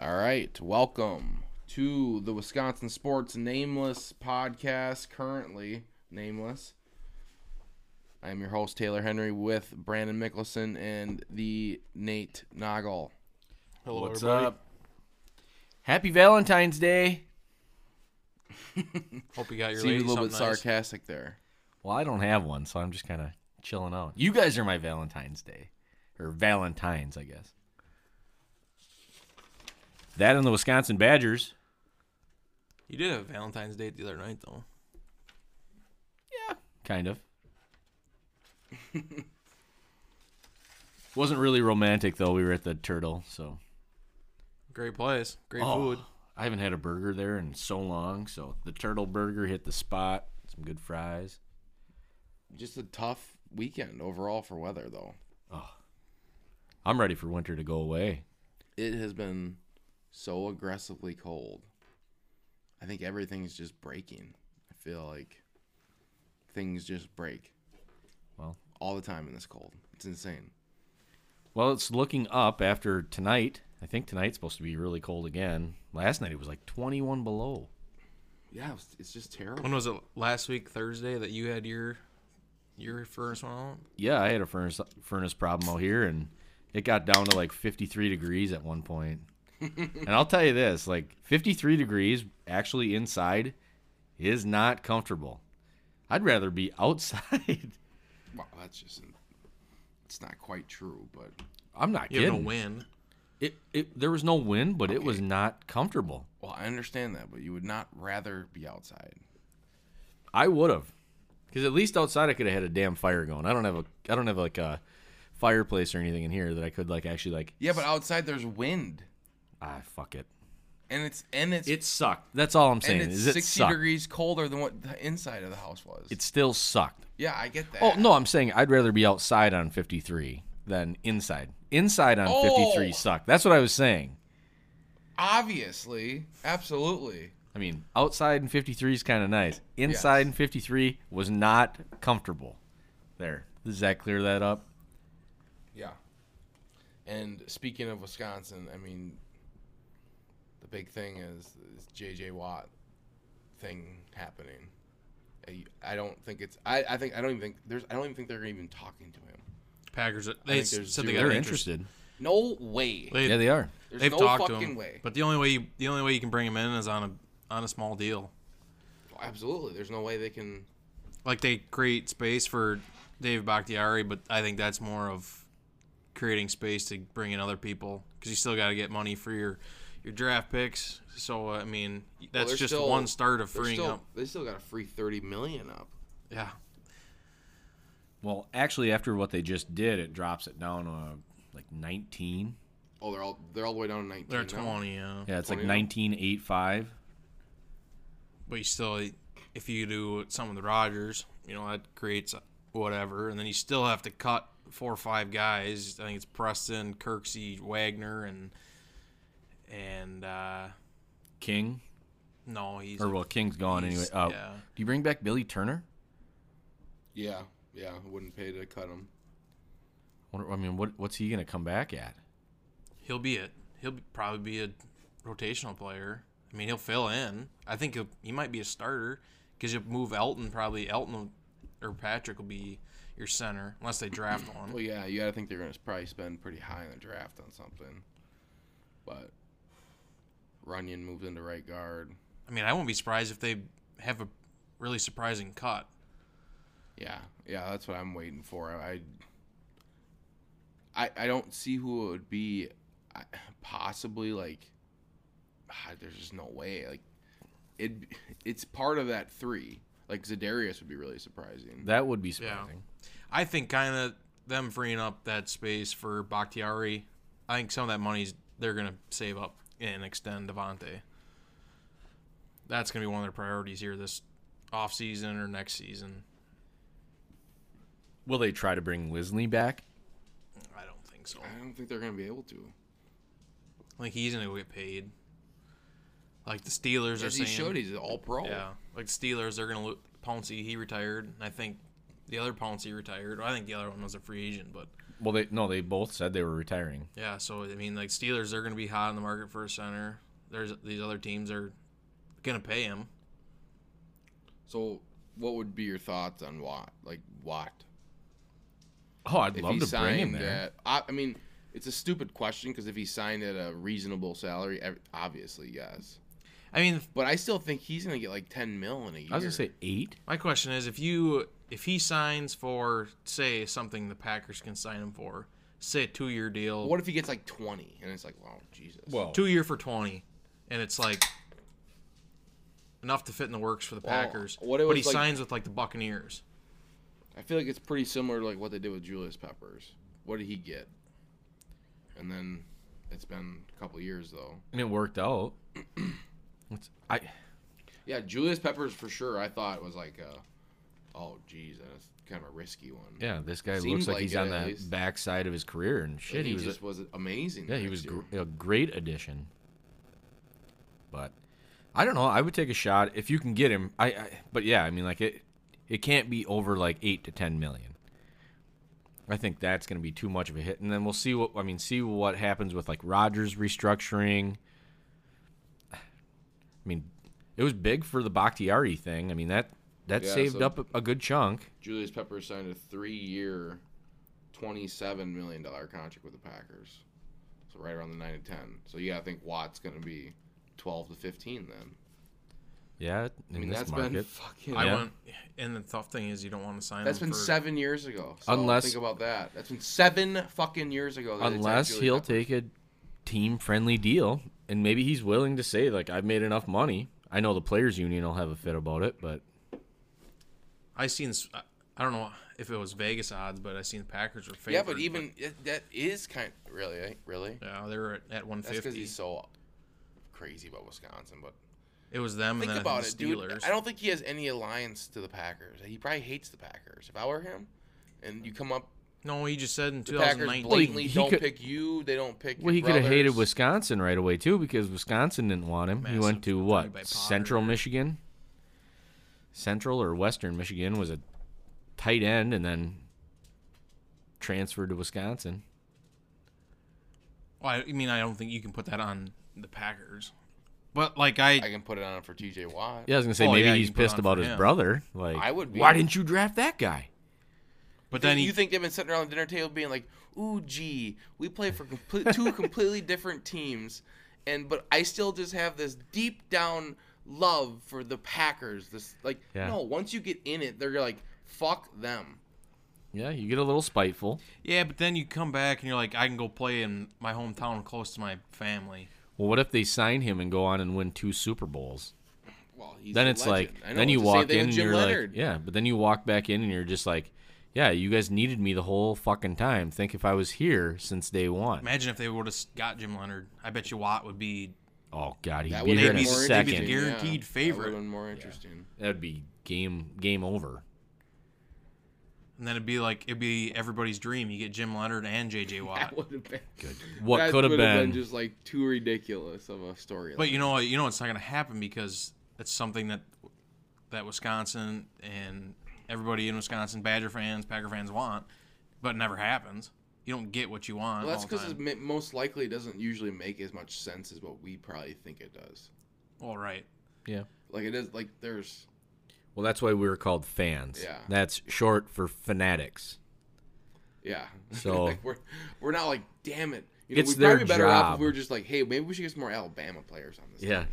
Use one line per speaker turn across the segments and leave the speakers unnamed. All right, welcome to the Wisconsin Sports Nameless podcast. Currently nameless. I am your host Taylor Henry with Brandon Mickelson and the Nate Noggle.
Hello,
What's
everybody.
up? Happy Valentine's Day.
Hope you got your
Seemed
lady
a little bit
something nice.
sarcastic there.
Well, I don't have one, so I'm just kind of chilling out. You guys are my Valentine's Day, or Valentines, I guess. That and the Wisconsin Badgers.
You did have Valentine's Day the other night, though.
Yeah, kind of. Wasn't really romantic though. We were at the Turtle, so
Great place, great
Oh,
food.
I haven't had a burger there in so long. So the Turtle Burger hit the spot. Some good fries.
Just a tough weekend overall for weather, though.
I'm ready for winter to go away.
It has been so aggressively cold. I think everything's just breaking. I feel like things just break.
Well.
all the time in this cold. It's insane.
Well, it's looking up after tonight. I think tonight's supposed to be really cold again. Last night it was like 21 below.
Yeah, it's, it's just terrible.
When was it last week, Thursday, that you had your your furnace one out?
Yeah, I had a furnace furnace problem out here, and it got down to like 53 degrees at one point. and I'll tell you this: like 53 degrees actually inside is not comfortable. I'd rather be outside.
Wow, that's just it's not quite true, but
I'm not
You have
kidding.
no win.
It, it there was no wind, but it was
Okay.
not comfortable.
well, I understand that, but you would not rather be outside.
I would have, because at least outside I could have had a damn fire going. I don't have a, I don't have like a fireplace or anything in here that I could like actually like.
Yeah, but outside there's wind,
Ah, fuck it.
and it's and it's
It sucked. That's all I'm saying.
and it's
is it
60
sucked?
degrees colder than what the inside of the house was.
It still sucked.
yeah, I get that.
Oh no, I'm saying I'd rather be outside on 53 than inside. Inside on
Oh!
53 sucked. That's what I was saying.
obviously, absolutely.
I mean, outside in 53 is kind of nice. Inside in 53 was not comfortable. There. Does that clear that up?
Yeah. And speaking of Wisconsin, I mean, the big thing is this J.J. Watt thing happening. I- I don't think it's. I, I think I don't even think there's. I don't even think they're even talking to him.
Packers. They
think there's
said they
zero-
got
They're
interest.
interested.
No way.
They,
Yeah, they are.
There's
have
no
talked to
fucking
him,
way.
but the only way you, the only way you can bring him in is on a on a small deal.
Absolutely, there's no way they can.
Like they create space for Dave Bakhtiari, but I think that's more of creating space to bring in other people because you still got to get money for your your draft picks. So I mean, that's
they're
just
still-
one start of
They're
freeing
still,
up.
they still got a free thirty million up.
Yeah.
Well, actually, after what they just did, it drops it down uh, like 19.
Oh, they're all they're all the way down to nineteen.
They're
now.
20, yeah.
Yeah, it's like
29.
19.85.
But you still, if you do some of the Rodgers, you know, that creates whatever. And then you still have to cut four or five guys. I think it's Preston, Kirksey, Wagner, and, and, uh,
King,
no, he's.
or well, King's gone anyway.
he's-
Uh,
yeah.
Do you bring back Billy Turner?
Yeah, yeah. I Wouldn't pay to cut them.
Wonder, I mean, what what's he gonna come back at?
He'll be it. He'll be- probably be a rotational player. I mean, he'll fill in. I think he'll, he might be a starter because you'll move Elton, probably Elton will- or Patrick will be your center unless they draft one.
Well, yeah, you got to think they're going to probably spend pretty high in the draft on something. But Runyon moves into right guard.
I mean, I won't be surprised if they have a really surprising cut.
Yeah, yeah, that's what I'm waiting for. I, I, I don't see who it would be. I, possibly like, ah, there's just no way. Like, it, it's part of that three. Like Zadarius would be really surprising.
That would be surprising.
I think kind of them freeing up that space for Bakhtiari. I think some of that money's they're gonna save up and extend Devontae. That's gonna be one of their priorities here this off season or next season.
Will they try to bring Lisley back?
I don't think so.
I don't think they're gonna be able to.
I think he's gonna go get paid. Like the Steelers are
As he
saying,
should, he's an all pro.
yeah. Like the Steelers, they're gonna look Pouncey. He retired, and I think The other Pouncey retired. I think the other one was a free agent, but
Well, they no, they both said they were retiring.
yeah. So I mean, like Steelers, they're going to be hot in the market for a center. There's these other teams are going to pay him.
So, what would be your thoughts on Watt? Like Watt,
Oh, I'd
if
love
he
to bring him
signed uh,
there.
at, I, I mean, it's a stupid question because if he signed at a reasonable salary, ev- obviously yes.
I mean,
But I still think he's gonna get like ten mil in a year.
I was gonna say eight.
my question is, if you if he signs for say something the Packers can sign him for, say a two year deal,
what if he gets like twenty and it's like, wow, Jesus.
two year for twenty, and it's like enough to fit in the works for the
Well,
Packers.
what it
but he
was like-
signs with like the Buccaneers.
I feel like it's pretty similar to like what they did with Julius Peppers. What did he get? And then it's been a couple years though.
and it worked out. What's I?
Yeah, Julius Peppers for sure. I thought was like, a, oh geez, that's kind of a risky one.
Yeah, this guy
Seems
looks like,
like
he's
it,
on
at
the
least.
backside of his career and
Like,
shit.
he,
he was
just was amazing.
yeah, he
next
was
year.
gr- a great addition. But I don't know. I would take a shot if you can get him. I, I but yeah, I mean like it. It can't be over like eight to ten million. I think that's going to be too much of a hit, and then we'll see what I mean. See what happens with like Rogers restructuring. I mean, it was big for the Bakhtiari thing. I mean that that
Yeah,
saved
so-
up a, a good chunk.
Julius Peppers signed a three-year, twenty-seven million dollar contract with the Packers, so right around the nine to ten. So you gotta think Watt's gonna be twelve to fifteen then.
Yeah, in
I mean,
this
that's
market.
been fucking.
I
Yeah.
want, and the tough thing is you don't want to sign
That's
him
been
for,
seven years ago. So
Unless-
think about that. That's been seven fucking years ago. that they signed
unless
Julius
he'll
Peppers.
take a team friendly deal and maybe he's willing to say like i've made enough money i know the players union will have a fit about it but
I seen. s- I- I don't know if it was Vegas odds, but I seen the Packers were favored.
Yeah, but even it- that is kind really, eh? really.
but- yeah, they were at- at one
That's because
fifty.
he's so crazy about Wisconsin. But
It was them
think
and then
about
I
it,
think the Steelers.
dude. I don't think he has any alliance to the Packers. He probably hates the Packers. If I were him, and you come up,
no, he just said in
the Packers
2019.
blatantly
he
don't
could-
pick you. They don't pick.
well he
your
could have hated
brothers.
wisconsin right away too because wisconsin didn't want him he went
Massive
to
three by
what
Potter.
central michigan central or western michigan was a tight end and then transferred to wisconsin
Well, I I mean, I don't think you can put that on the Packers. But like I,
I can put it on for T.J. Watt.
yeah i was gonna say
Oh,
maybe
yeah, you
he's
can put
pissed
on for
about his
him.
brother like
I would be.
why didn't you draft that guy
but then he,
you think they've been sitting around the dinner table being like, "Ooh, gee, we play for complete, two completely different teams, and but I still just have this deep down love for the Packers." This like,
Yeah.
no, once you get in it, they're like, "Fuck them."
yeah you get a little spiteful
yeah, but then you come back and you're like, I can go play in my hometown close to my family.
Well, what if they sign him and go on and win two Super Bowls?
Well, he's
then
a
it's
legend.
like,
I know,
then you
it's the same
walk
thing with
in and
Jim
you're
Leonard.
like, yeah, but then you walk back in and you're just like, yeah, you guys needed me the whole fucking time. Think if I was here since day one.
Imagine if they would have got Jim Leonard. I bet you Watt would be.
Oh god, he'd
That
be
would
here
have
in
been
a
more
they'd be
interesting.
second.
guaranteed favorite.
That would have been more interesting.
That'd be game game over.
And then it'd be like it'd be everybody's dream. You get Jim Leonard and JJ Watt.
That would have been good.
What could have been?
just like too ridiculous of a story.
But you know, you know, it's not going to happen because it's something that that Wisconsin and everybody in Wisconsin, Badger fans, Packer fans want, but never happens. You don't get what you want.
well, that's
all the
because
time.
it most likely doesn't usually make as much sense as what we probably think it does.
All right.
yeah.
Like it is like there's
Well, that's why we were called fans.
Yeah.
That's short for fanatics.
Yeah.
So-
like we're we're not like, damn it. You know,
It's
we'd
their
probably be better off
job.
if we were just like, hey, maybe we should get some more Alabama players on this.
Yeah.
team.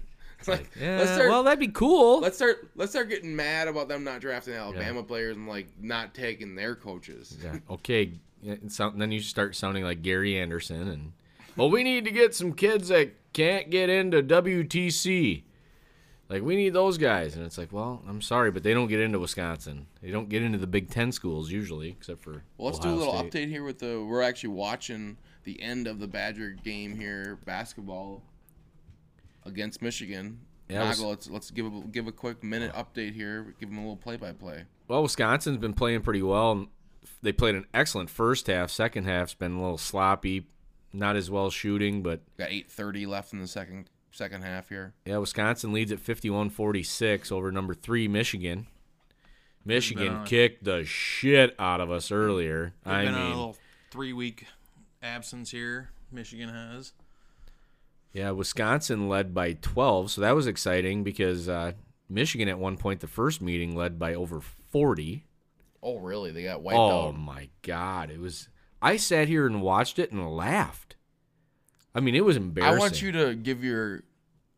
It's
Like,
like, yeah,
let's start
well, that'd be cool.
let's start let's start getting mad about them not drafting Alabama players and like not taking their coaches.
Yeah. Okay. It sound, then you start sounding like Gary Anderson, and well, we need to get some kids that can't get into WTC. Like we need those guys, and it's like, well, I'm sorry, but they don't get into Wisconsin. They don't get into the Big Ten schools usually, except for
Well, let's do a little update here with the we're actually watching the end of the Badger game here, basketball against Michigan.
Yeah, it was-
Nagel, let's let's give a give a quick minute update here. Give them a little play by play.
Well, Wisconsin's been playing pretty well. and They played an excellent first half. Second half's been a little sloppy, not as well shooting, but
Got eight thirty left in the second second half here.
Yeah, Wisconsin leads at 51-46 over number 3 Michigan.
been
Michigan
on-
kicked the shit out of us earlier.
They've
I
been on a
mean,
little three week absence here. Michigan has.
yeah, Wisconsin led by 12, so that was exciting because uh, Michigan at one point the first meeting led by over 40.
Oh, really? They got wiped
Oh
out.
my god, it was I sat here and watched it and laughed. I mean, it was
I
embarrassing.
want you to give your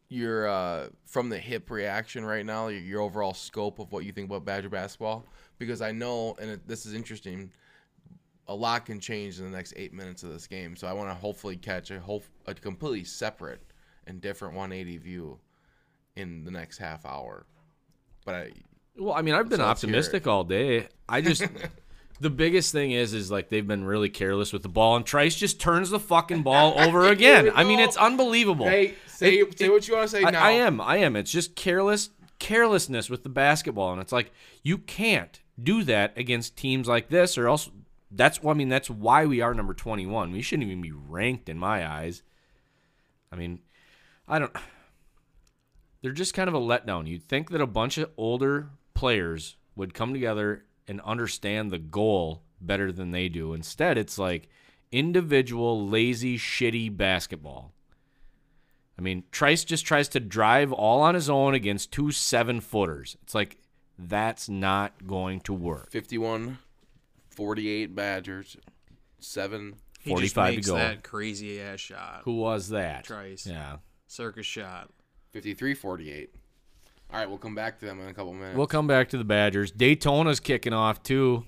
your uh, from the hip reaction right now, your, your overall scope of what you think about Badger basketball, because I know, and it, this is interesting. A lot can change in the next eight minutes of this game, so I want to hopefully catch a whole, a completely separate and different 180 view in the next half hour. But I,
Well, I mean, I've been
So let's hear it.
optimistic all day. I just the biggest thing is is like they've been really careless with the ball and Trice just turns the fucking ball over again. I mean, it's unbelievable.
say
It-
say
it-
what you want to say
I,
now.
I am. I am. It's just careless carelessness with the basketball, and it's like you can't do that against teams like this, or else that's. Well, I mean, that's why we are number twenty-one. We shouldn't even be ranked in my eyes. I mean, I don't. They're just kind of a letdown. You'd think that a bunch of older players would come together and understand the goal better than they do. Instead, it's like individual, lazy, shitty basketball. I mean, Trice just tries to drive all on his own against two seven footers. It's like that's not going to work.
51, 48 Badgers, seven.
He just
45 to
makes
go.
That crazy ass shot,
Who was that?
Trice.
Yeah.
circus shot.
53 48. All right, we'll come back to them in a couple minutes.
We'll come back to the Badgers. Daytona's kicking off too.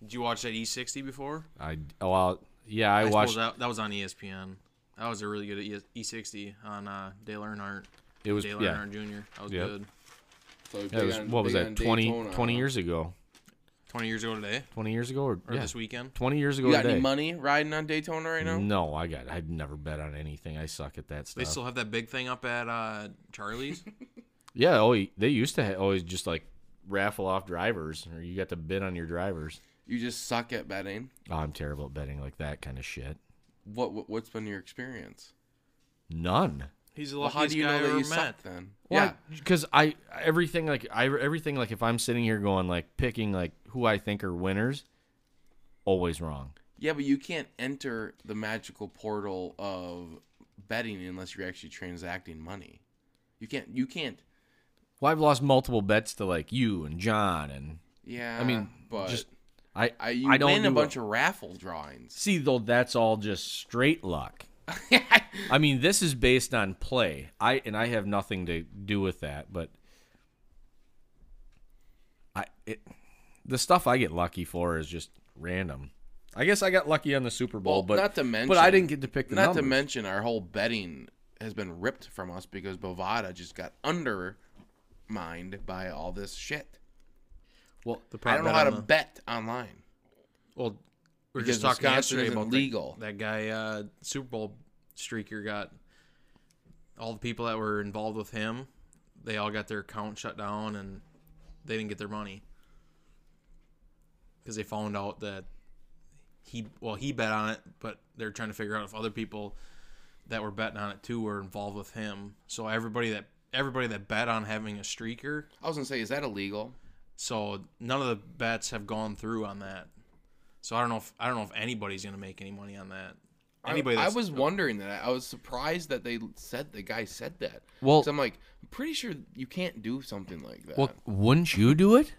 Did you watch that E60 before?
I oh well, yeah, I,
I suppose
watched.
that, that was on E ESPN. That was a really good E- E60 on uh, Dale Earnhardt.
It was
Dale
yeah.
Earnhardt Jr. That was
Yep.
good.
So
That was, what was that? 20, 20 years ago.
Twenty years ago today
Twenty years ago or,
or
yeah,
this weekend.
twenty years ago
You got
today.
any money riding on Daytona right now?
No, I got. I've never bet on anything. I suck at that
They
stuff.
still have that big thing up at uh, Charlie's.
yeah. Oh, they used to ha- always just like raffle off drivers, or you got to bid on your drivers.
You just suck at betting.
Oh, I'm terrible at betting like that kind of shit.
What, what what's been your experience?
None.
He's the
Well, how
luckiest
do you
guy
know
I
that
ever
you
met.
suck then?
Well, because I everything like I everything like if I'm sitting here going like picking like who I think are winners, always wrong.
Yeah, but you can't enter the magical portal of betting unless you're actually transacting money. You can't. You can't.
Well, I've lost multiple bets to like you and John, and
Yeah.
I mean,
but
just I
I, you
I don't
win a
do
bunch of raffle drawings.
see though that's all just straight luck. I mean, this is based on play. I and I have nothing to do with that, but I it the stuff I get lucky for is just random. I guess I got lucky on the Super Bowl,
Well,
but
not to mention,
but I didn't get to pick the
Not to
numbers.
mention, our whole betting has been ripped from us because Bovada just got undermined by all this shit.
well,
The
I don't know
bet
how to
on the-
bet online.
Well, we were
Because
just talking
Wisconsin
yesterday
isn't
about that-
legal.
That, guy, uh, Super Bowl streaker, got all the people that were involved with him. They all got their account shut down, and they didn't get their money because they found out that he, well, he bet on it, but they're trying to figure out if other people that were betting on it too were involved with him. So everybody that everybody that bet on having a streaker,
I was gonna say, is that illegal?
so none of the bets have gone through on that. So I don't know if I don't know if anybody's gonna make any money on that. Anybody
I, I
that's
was wondering that. I was surprised that they said the guy said that.
Well-
'Cause I'm like, I'm pretty sure you can't do something like that.
Well, wouldn't you do it?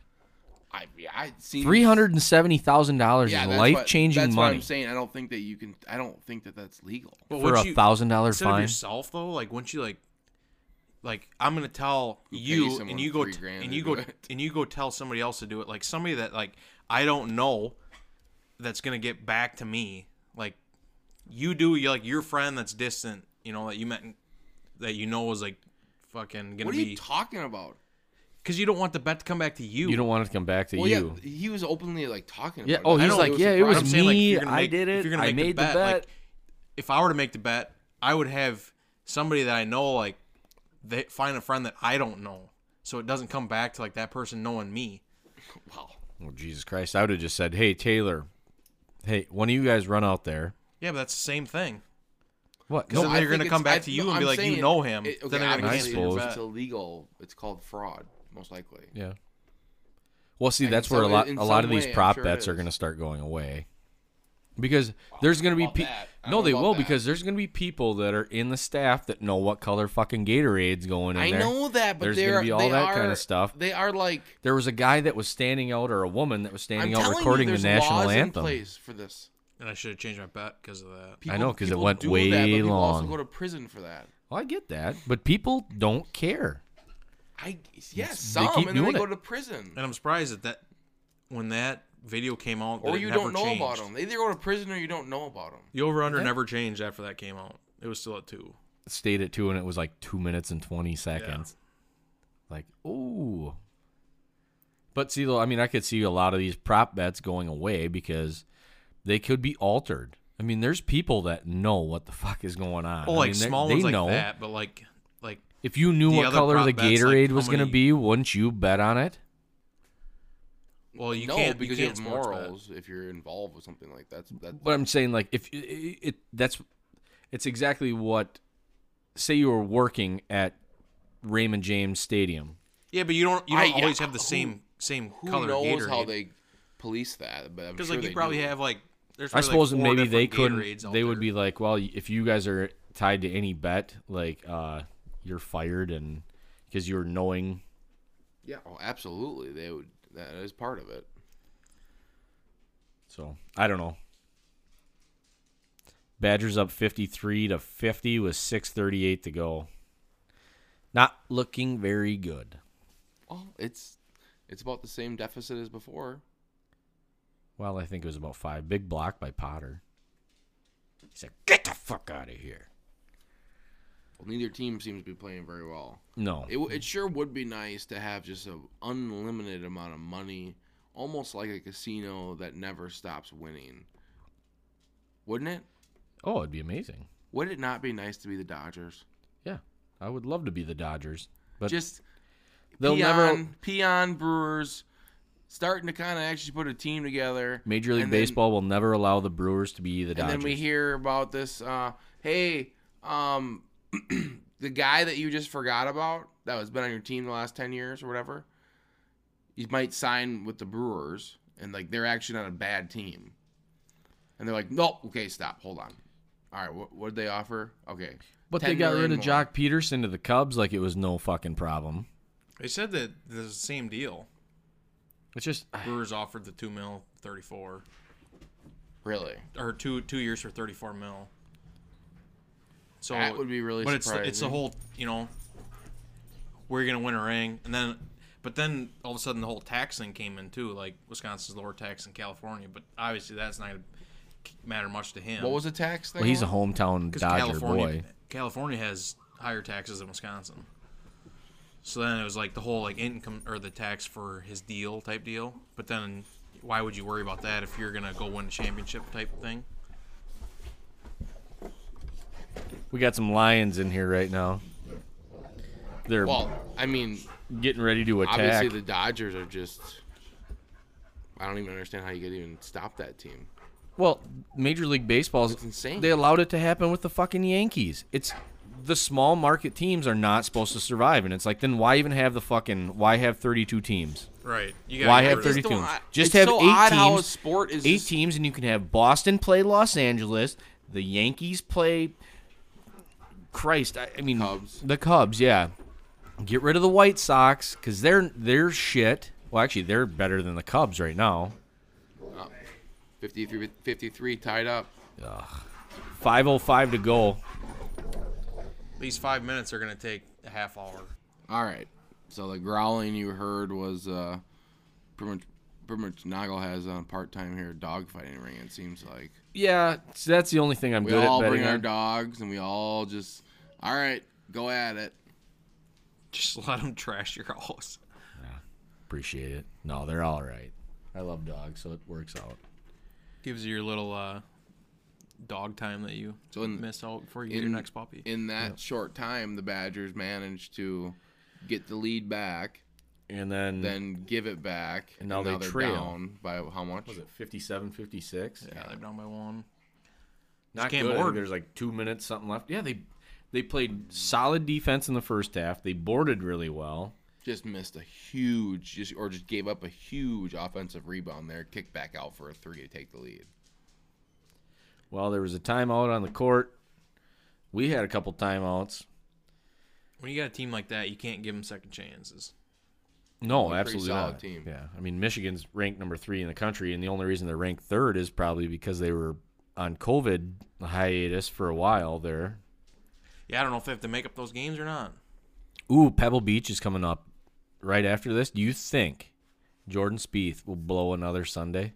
I I seen
Three hundred and seventy thousand dollars
Yeah,
is
that's
life
what-
changing
That's what
money
I'm saying. I don't think that you can. I don't think that that's legal.
But
for
wouldn't
a
you-
thousand dollar
instead of
fine.
yourself though, like wouldn't you like like I'm gonna tell
pays
you
someone
and you go
three
t-
grand
and
to
you
do
go
it?
and you go tell somebody else to do it, like somebody that like I don't know that's gonna get back to me. Like you do you like your friend that's distant, you know, that you met in- that you know is like fucking gonna
What are you
be
talking about?
because you, don't want the bet to come back to you.
You don't want it to come back to
Well,
you.
yeah, he was openly like talking.
Yeah,
About
oh,
it. I
he's
know
like, yeah, it was
surprising.
I'm saying, like, if
me,
you're gonna
I
make- if
did it,
you're gonna
I
make the
made the
bet, like,
bet.
if I were to make the bet, I would have somebody that I know, like, they find a friend that I don't know, so it doesn't come back to like that person knowing me.
Wow.
Well, Jesus Christ, I would have just said, "Hey Taylor, hey, one of you guys run out there."
Yeah, but that's the same thing.
What?
'Cause
No,
then
I
they're
think
gonna
it's-
come back
I-
to you
no,
and be
I'm
like, you
saying
know him.
It,
Then
okay,
they're gonna
obviously
cancel your
it's
bet.
illegal. It's called fraud, most likely.
yeah. Well, see,
I
that's
can
where a
some-
lot
in
a lot
some
of these
way, I'm
prop
sure it
bets are
is.
going to start going away because there's going to be
about
pe-
that. I
no,
don't
they
know about
will
that.
because there's going to be people that are in the staff that know what color fucking Gatorade's going in
I
there.
know that, but
There's
they're
gonna be all
they
that
are,
kinda stuff.
They are like
There was a guy that was standing out, or a woman that was standing
I'm
out
telling
recording
you,
the
there's
national
laws in
anthem.
place for this.
And I should have changed my bet because of that.
I know, 'cause it
people
went
do that, but
way
people
long.
Also go to prison for that.
Well, I get that, but people don't care.
I yes,
they
some
keep
and then they
doing
go
it.
to prison,
And I'm surprised that that when that video came out, that
or
it
you
never
don't know
changed.
about them. They either go to prison or you don't know about them.
The over under never changed after that came out. It was still at two.
Stayed at two, and it was like two minutes and twenty seconds. Like, ooh. But see, though, I mean, I could see a lot of these prop bets going away because they could be altered. I mean, there's people that know what the fuck is going on.
Oh,
I
like
mean, they-
small
they
ones like
know.
that, but like like
If you knew
The
what
other
color
prop
the
bets, like,
Gatorade
how
was going
many-
to be, wouldn't you bet on it?
well you
no,
can't
because
you
you,
can't
have
sports bet.
morals if you're involved with something like that. That's, that's
But I'm saying like if it, it that's it's exactly what say you were working at Raymond James Stadium.
Yeah, but you don't you
I-
don't always
yeah,
have the
who-
same same
who
color
knows
Gatorade.
how they police that. But I'm
because
sure
like
they
you probably
do.
have like there's
I
probably,
suppose
like, four
maybe they
different
couldn't
Gatorades out
they would
there.
be like, well, if you guys are tied to any bet, like uh you're fired and because you were knowing
yeah, oh, absolutely. They would. That is part of it.
so I don't know. Badgers up 53 to 50 with 638 to go. Not looking very good.
Well, it's it's about the same deficit as before.
Well, I think it was about five. Big block by Potter. He said, "Get the fuck out of here."
Well, neither team seems to be playing very well.
No,
It, w- it sure would be nice to have just an unlimited amount of money, almost like a casino that never stops winning. Wouldn't it?
oh, it'd be amazing.
Would it not be nice to be the Dodgers?
Yeah, I would love to be the Dodgers, but
Just
they'll
peon,
never.
peon Brewers starting to kind of actually put a team together.
Major League
and then-
Baseball will never allow the Brewers to be the
and
Dodgers.
then we hear about this. Uh, hey, um, the guy that you just forgot about that was been on your team the last ten years or whatever, you might sign with the Brewers, and like they're actually not a bad team. And they're like, nope, okay, stop, hold on. All right, what what did they offer? Okay,
but
10
they got rid
million
of
more.
Jock Peterson to the Cubs like it was no fucking problem.
They said that there's the same deal.
It's just
Brewers offered the two mil thirty four
Really?
or two two years for thirty four mil. So
That would be really
but it's the, it's the
surprising.
whole you know we're gonna win a ring and then but then all of a sudden the whole tax thing came in too like Wisconsin's lower tax than California but obviously that's not gonna matter much to him
What was the tax thing?
well, he's a
on?
hometown
because
Dodger
California
boy.
California has higher taxes than Wisconsin so then it was like the whole like income or the tax for his deal type deal but then why would you worry about that if you're gonna go win a championship type thing
We got some Lions in here right now. They're
well, I mean,
getting ready to attack.
obviously the Dodgers are just. I don't even understand how you could even stop that team.
Well, Major League Baseball's
It's insane.
They allowed it to happen with the fucking Yankees. It's the small market teams are not supposed to survive, and it's like then why even have the fucking why have thirty two teams?
right you
Why
get
have
rid of-
thirty
just
two?
don't-
teams?
I-
Just
it's
have
so
eight
odd
teams.
how a sport is
eight
just-
teams, and you can have Boston play Los Angeles, the Yankees play. Christ, I, I mean
Cubs.
The Cubs, yeah. Get rid of the White Sox because they're they're shit. Well, actually, they're better than the Cubs right now.
53, 53 tied up.
Five oh five to go.
These five minutes are gonna take a half hour.
All right. So the growling you heard was uh, pretty much pretty much Noggle has on part time here dog fighting ring. It seems like
Yeah, so that's the only thing I'm
we
good
all
at betting
bring our
on.
dogs and we all just all right go at it.
Just let them trash your house.
Appreciate it. No, they're all right. I love dogs, so it works out.
Gives you your little uh, dog time that you
So in-
miss out before you get your
in-
next puppy.
In that short time, the Badgers managed to get the lead back,
And then,
then give it back,
And now they
they're
trail.
down by how much?
was it 57, 56?
yeah, they're down by one.
Not
can't
good. I think
board.
There's like two minutes something left. Yeah, they they played solid defense in the first half. They boarded really well.
just missed a huge, just or just gave up a huge offensive rebound there, kicked back out for a three to take the lead.
Well, there was a timeout on the court. We had a couple timeouts.
When you got a team like that, you can't give them second chances.
No,
They're a pretty
absolutely
solid
not.
team.
Yeah, I mean Michigan's ranked number three in the country, and the only reason they're ranked third is probably because they were on COVID hiatus for a while there.
Yeah, I don't know if they have to make up those games or not.
Ooh, Pebble Beach is coming up right after this. Do you think Jordan Spieth will blow another Sunday?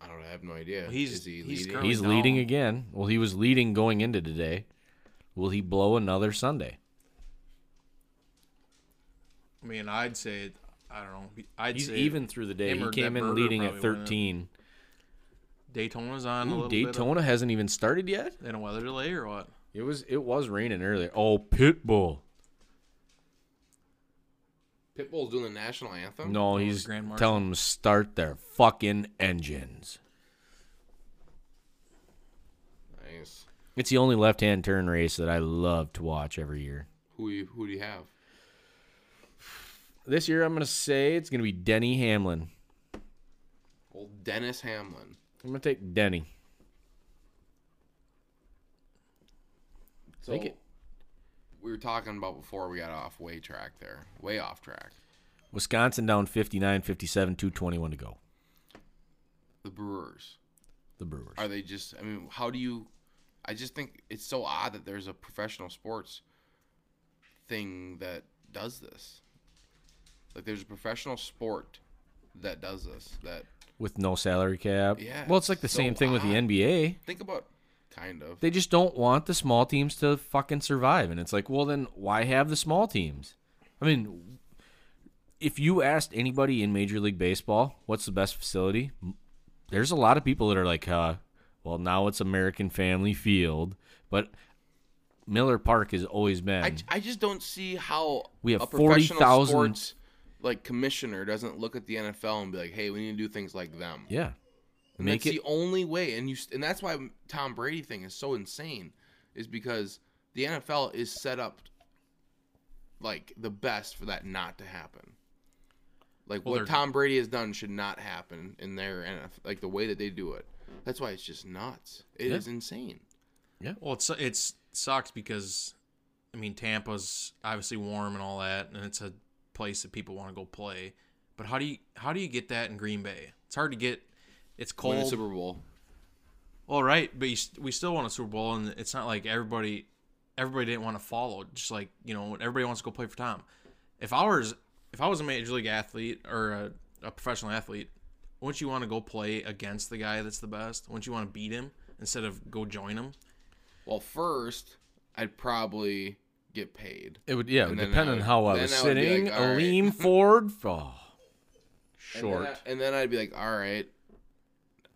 I don't. I have no idea.
Well, he's-
Is he
he's
leading?
currently-
He's
no.
leading again. Well, he was leading going into today. Will he blow another Sunday?
I mean, I'd say I don't know. I'd
He's
say
even through the day.
him
He
or
came
Depp
in
Berger
leading at
probably win it.
13.
Daytona's on a
Ooh,
little bit.
Daytona hasn't even started yet.
Of, and a weather delay or what?
It was it was raining earlier. Oh, Pitbull.
Pitbull's doing the national anthem.
No,
the
he's
Grand Marshal.
telling them to start their fucking engines.
Nice.
It's the only left-hand turn race that I love to watch every year.
Who you, who do you have?
This year, I'm gonna say it's gonna be Denny Hamlin.
Old Dennis Hamlin.
I'm gonna take Denny.
So
Take it.
we were talking about before we got off way track there, way off track.
Wisconsin down 59, 57, 221 to go.
The Brewers
The Brewers.
are they just? I mean, how do you? I just think it's so odd that there's a professional sports thing that does this. Like there's a professional sport that does this. That
With no salary cap.
Yeah,
Well, it's like the
so
same thing with the
odd.
NBA.
think about kind of.
They just don't want the small teams to fucking survive. And it's like, well, then why have the small teams? I mean, if you asked anybody in Major League Baseball, what's the best facility? M- There's a lot of people that are like, uh, well, now it's American Family Field. But Miller Park has always been.
I, I just don't see how
We have
a professional
40,000
sports like commissioner doesn't look at the NFL and be like, "Hey, we need to do things like them."
yeah.
And
Make
that's
it.
the only way, and you and that's why Tom Brady thing is so insane, is because the NFL is set up like the best for that not to happen. Like
Well,
what
they're-
Tom Brady has done should not happen in their NFL, like the way that they do it. That's why it's just nuts. It is
Yeah.
insane.
Well, it's it's sucks because I mean Tampa's obviously warm and all that, and it's a place that people want to go play. But how do you how do you get that in Green Bay? It's hard to get. It's
Win a
cold.
Super Bowl.
All right, but you, st- we still won a Super Bowl, and it's not like everybody everybody didn't want to follow. Just like you know, everybody wants to go play for Tom. If I was if I was a major league athlete or a, a professional athlete, wouldn't you want to go play against the guy that's the best? Wouldn't you want to beat him instead of go join him?
Well, first I'd probably get paid.
It would, yeah, it would
And then
depend
I
on
would-
how I
then
was
I would be
sitting.
like, all right.
Aleem Ford, oh,
And then I-
short.
And then, I'd be like, all right,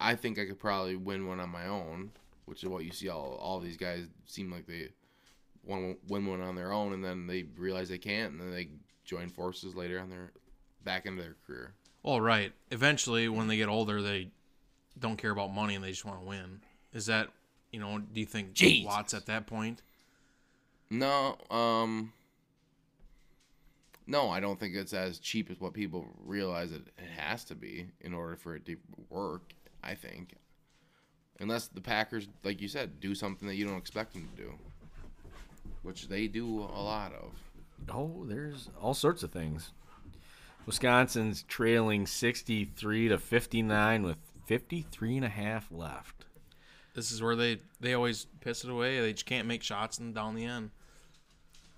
I think I could probably win one on my own, which is what you see all all these guys seem like they want to win one on their own, and then they realize they can't, and then they join forces later on their back into their career.
All right. Eventually, when they get older, they don't care about money and they just want to win. Is that you know? Do you think
Jesus.
Watts at that point?
No, um, no, I don't think it's as cheap as what people realize it, it has to be in order for it to work. I think, unless the Packers, like you said, do something that you don't expect them to do, which they do a lot of.
Oh, there's all sorts of things. Wisconsin's trailing 63 to 59 with 53 and a half left.
This is where they they always piss it away. They just can't make shots and down the end.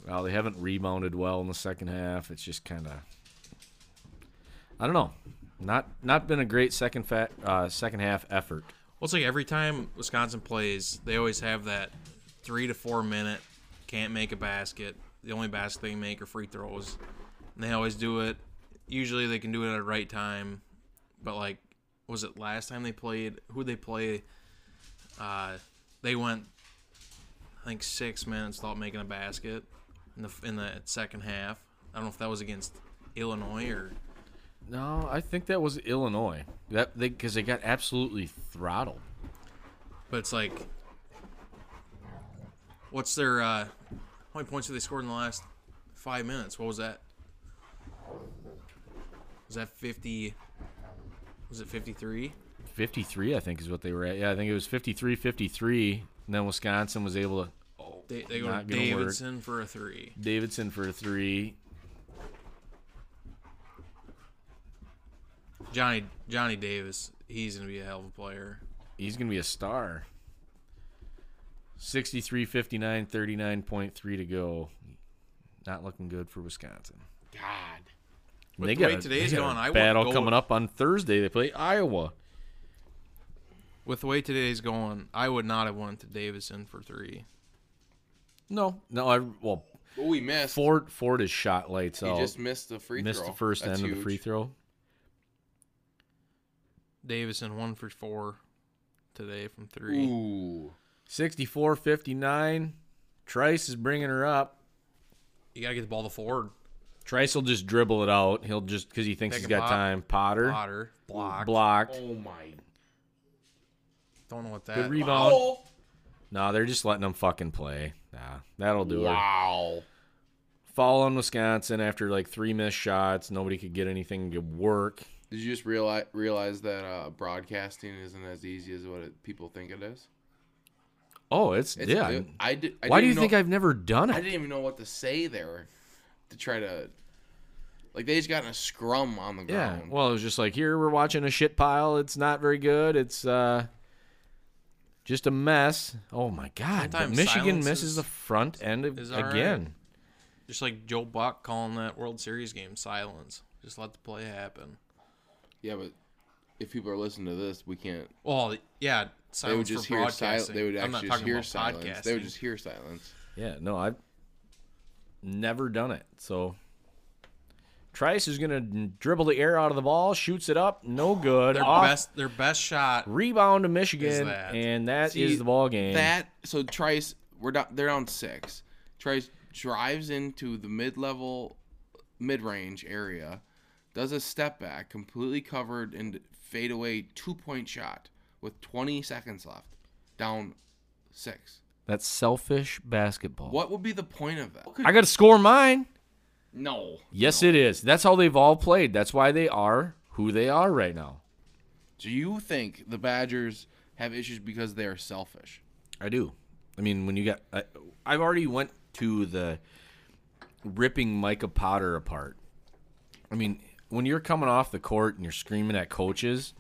Well, they haven't rebounded well in the second half. It's just kind of I don't know. Not not been a great second fa- uh, second half effort.
Well, it's like every time Wisconsin plays, they always have that three to four minute can't make a basket. The only basket they make are free throws. And they always do it. Usually they can do it at the right time. But like, was it last time they played? Who they play? Uh, they went, I think six minutes without making a basket in the in the second half. I don't know if that was against Illinois or
No, I think that was Illinois. That they cuz they got absolutely throttled.
But it's like, what's their uh, how many points have they scored in the last five minutes. What was that? Was that fifty? Was it fifty-three?
53, I think, is what they were at. Yeah, I think it was 53 53. And then Wisconsin was able to
They, they go
Not
to
gonna work.
Davidson for a three.
Davidson for a three.
Johnny Johnny Davis, he's gonna be a hell of a player.
He's going to be a star. 63 59, 39.3 to go. Not looking good for Wisconsin.
God.
And
With the way today's
they got
going, I
a
want
battle
gold.
coming up on Thursday. They play Iowa.
With the way today's going, I would not have went to Davidson for three.
No, no, I well
But we missed.
Ford Ford is shot lights
he
out.
just missed the free
missed
throw.
the first
That's
end of the
huge.
free throw.
Davison one for four today from three.
Ooh.
64 59. Trice is bringing her up.
You gotta get the ball to Ford.
Trice will just dribble it out. He'll just because he thinks
Pick
he's
and
got
pop.
time. Potter
Potter block.
blocked.
Oh my.
Don't know what that.
Good rebound.
Wow.
No, they're just letting him fucking play. Nah, that'll do it.
Wow.
Fall on Wisconsin after like three missed shots. Nobody could get anything to work.
Did you just realize realize that uh, broadcasting isn't as easy as what it, people think it is?
Oh, it's,
It's-
yeah.
it- I did. I
Why do
didn't
you
know-
think I've never done
I
it?
didn't even know what to say there to try to. Like they just got in a scrum on the
Yeah.
ground.
Well, it was just like here we're watching a shit pile. It's not very good. It's uh just a mess. Oh my god. But
Sometimes
Michigan
silence
misses
is-
the front end of,
is all right.
again.
Just like Joe Buck calling that World Series game silence. Just let the play happen.
yeah, but if people are listening to this, we can't.
Well, yeah,
They would
silence
just
for
hear silence.
broadcasting.
They would
I'm not
actually just
talking
hear
about
silence. They would
podcasting.
just hear silence.
Yeah, no, I've never done it. So Trice is gonna dribble the air out of the ball, shoots it up, no good.
their
Off-
best their best shot.
rebound to Michigan,
that.
and that is
See,
the ball game.
That so Trice, we're down. They're down six. Trice drives into the mid-level, mid-range area, does a step back, completely covered and fadeaway two-point shot with 20 seconds left, down six.
That's selfish basketball.
What would be the point of that?
I gotta score mine.
no.
Yes, it is. That's how they've all played. That's why they are who they are right now.
Do you think the Badgers have issues because they are selfish?
I do. I mean, when you got, I, I've already went to the ripping Micah Potter apart. I mean, when you're coming off the court and you're screaming at coaches,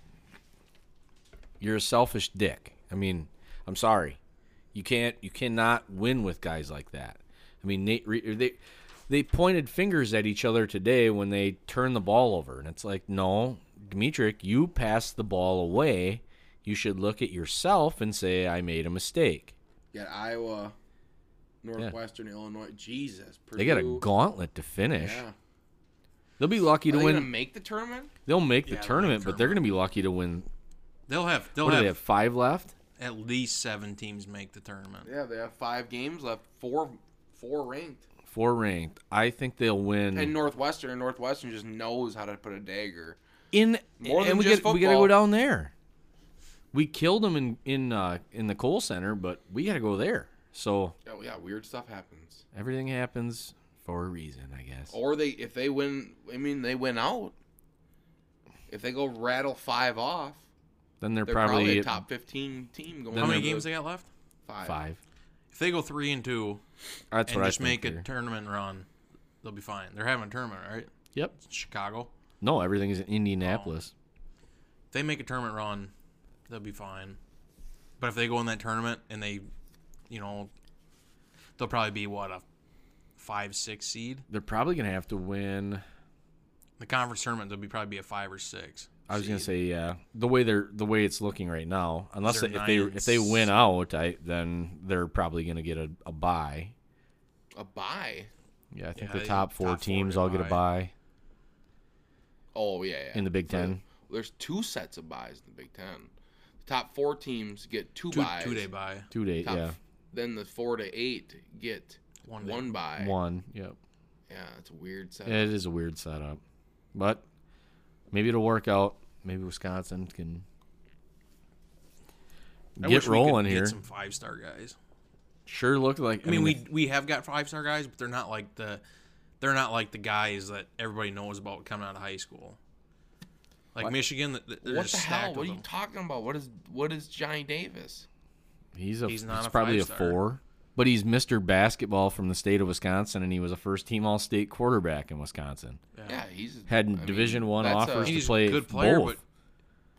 you're a selfish dick. I mean, I'm sorry. You can't. You cannot win with guys like that. I mean, Nate, Re- they they pointed fingers at each other today when they turned the ball over, and it's like, no, Dimitrik, you passed the ball away. You should look at yourself and say, I made a mistake.
Got Iowa, Northwestern Illinois. Jesus, Purdue.
They got a gauntlet to finish.
Yeah.
They'll be lucky
Are
to
they
win.
gonna make the tournament?
They'll make the
Yeah, they'll make
tournament, but they're going to
tournament.
be lucky to win.
They'll have they'll
What do
have,
they have? Five left.
at least seven teams make the tournament.
Yeah, they have five games left. Four, four ranked.
Four ranked. I think they'll win.
And Northwestern, Northwestern just knows how to put a dagger.
in
More
and
than
we
just
got we got to
football.
go down there. We killed them in in uh, in the coal center, but we got to go there. So
Oh yeah, weird stuff happens.
everything happens for a reason, I guess.
Or they, if they win, I mean, they win out. If they go rattle five off,
then they're,
they're probably,
probably,
a top fifteen team going.
How many
into
games
the
they got left?
Five.
five.
If they go three and two
That's
and
what
just
I think.
make a
here.
tournament run, they'll be fine. They're having a tournament, right?
yep.
Chicago.
No, everything is in Indianapolis.
If they make a tournament run, they'll be fine. But if they go in that tournament and they, you know, they'll probably be what a five six seed.
They're probably going to have to win.
The conference tournament they'll be probably be a five or six.
I was gonna
seed.
say yeah. The way they're the way it's looking right now, unless
They're
they, if they
nine and
if they win
s-
out, I then they're probably gonna get a, a buy.
A bye.
Yeah, I think
Yeah,
the
they-
top four
top four
teams
get a
all get a
bye.
buy
Oh yeah, yeah.
in the Big
For-
Ten.
There's two sets of buys in the Big Ten. The top four teams get two,
two
buys.
two day bye.
Two to eight,
Top,
yeah,
Then the four to eight get
One
one,
day.
buy.
one. Yep,
Yeah, it's a weird set.
it is a weird setup, but maybe it'll work out. Maybe Wisconsin can
I
get
wish we could
rolling here.
Get some five star guys.
Sure, look like
I mean, we we have got five star guys, but they're not like the they're not like the guys that everybody knows about coming out of high school. Like
What-
Michigan, th- th- they're
What
just
the
stacked
hell? What
with
are you
them.
talking about? What is what is Johnny Davis?
He's a
He's
he's,
not a
probably a
five-star.
four, but he's Mr. Basketball from the state of Wisconsin, and he was a first team All State quarterback in Wisconsin.
Yeah, he's
Had
I mean,
Division One
that's
offers
A,
to
He's a
play
good player,
both.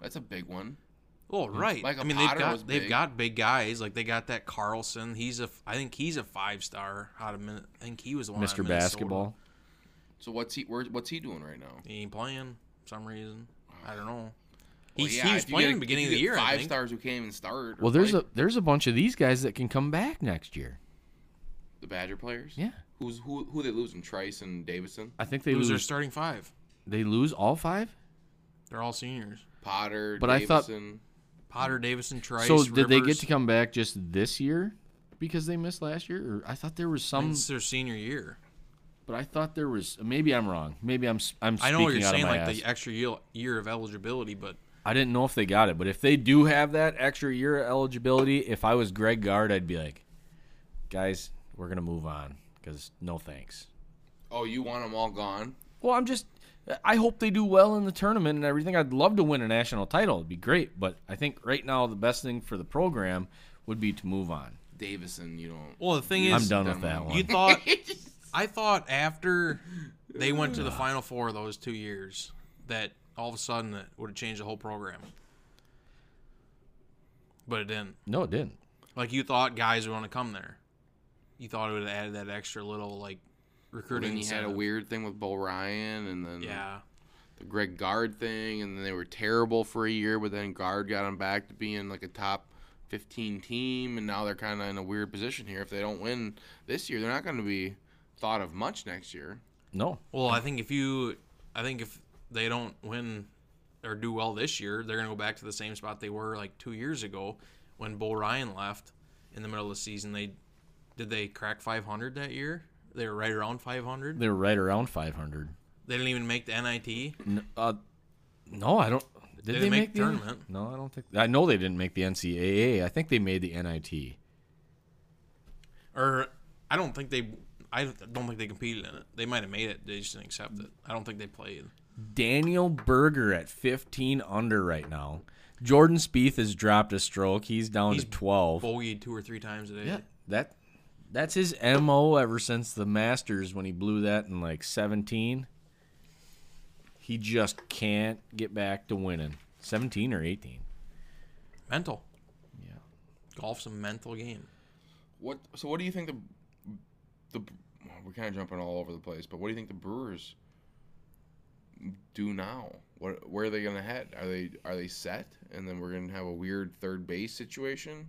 that's a big one.
Well, right.
Like a
I mean,
Potter
they've
was
got they've
big.
got big guys. Like they got that Carlson. He's a f- I think he's a five star out of Min- I think he was the one out of
Mr.
Minnesota.
Basketball.
So what's he? Where, what's he doing right now?
He ain't playing for some reason. I don't know.
Well,
He's-
yeah,
he was
if you
playing
get
in
a-
the beginning
if
of
you
the
get
year. I
Five
think.
stars who came and started.
Well, there's a there's a bunch of these guys that can come back next year.
the Badger players.
Yeah,
Who's who? Who they losing? Trice and Davison,
I think they
Who's their
lose.
starting five?
They lose all five.
They're all seniors.
Potter.
But I thought-
Davison.
Potter, Davison, Trice.
so did they get to
Rivers.
come back just this year because they missed last year? Or I thought there was
I
some,
mean, It's their senior year.
but I thought there was. Maybe I'm wrong. Maybe I'm s- I'm
I
speaking
know what you're
out
saying,
of my
like
ass.
the extra year, year of eligibility, but
I didn't know if they got it, but if they do have that extra year of eligibility, if I was Greg Gard, I'd be like, guys, we're gonna move on because no thanks.
Oh, you want them all gone?
Well, I'm just. I hope they do well in the tournament and everything. I'd love to win a national title. It'd be great, but I think right now the best thing for the program would be to move on.
Davison, you don't.
well, the thing
I'm
is,
done
done
with that
well.
one.
you thought I thought after they went to the Final Four those two years that all of a sudden that would have changed the whole program, but it didn't.
no, it didn't.
Like you thought guys would want to come there. You thought it would have added that extra little like recruiting.
Then you had a
incentive.
weird thing with Bo Ryan, and then
yeah.
the Greg Gard thing, and then they were terrible for a year, but then Gard got them back to being like a top 15 team, and now they're kind of in a weird position here. If they don't win this year, they're not going to be thought of much next year.
No.
Well, I think if you, I think if they don't win or do well this year, they're gonna go back to the same spot they were like two years ago when Bo Ryan left in the middle of the season. They did they crack 500 that year? They were right around 500.
They're right around 500.
They didn't even make the NIT.
N- uh, no, I don't. Did
They
they,
didn't make
make, the N-
tournament.
No, I don't think. I know they didn't make the NCAA. I think they made the NIT.
Or I don't think they. I don't think they competed in it. They might have made it. They just didn't accept it. I don't think they played.
Daniel Berger at 15 under right now. Jordan Spieth has dropped a stroke. He's down
He's
to 12.
Bogeyed two or three times a day.
Yeah, that that's his mo ever since the Masters when he blew that in like 17. He just can't get back to winning. 17 or 18.
Mental.
Yeah.
Golf's a mental game.
What? So what do you think the the well, we're kind of jumping all over the place, but what do you think the Brewers do now? What where are they going to head? Are they are they set? And then we're going to have a weird third base situation.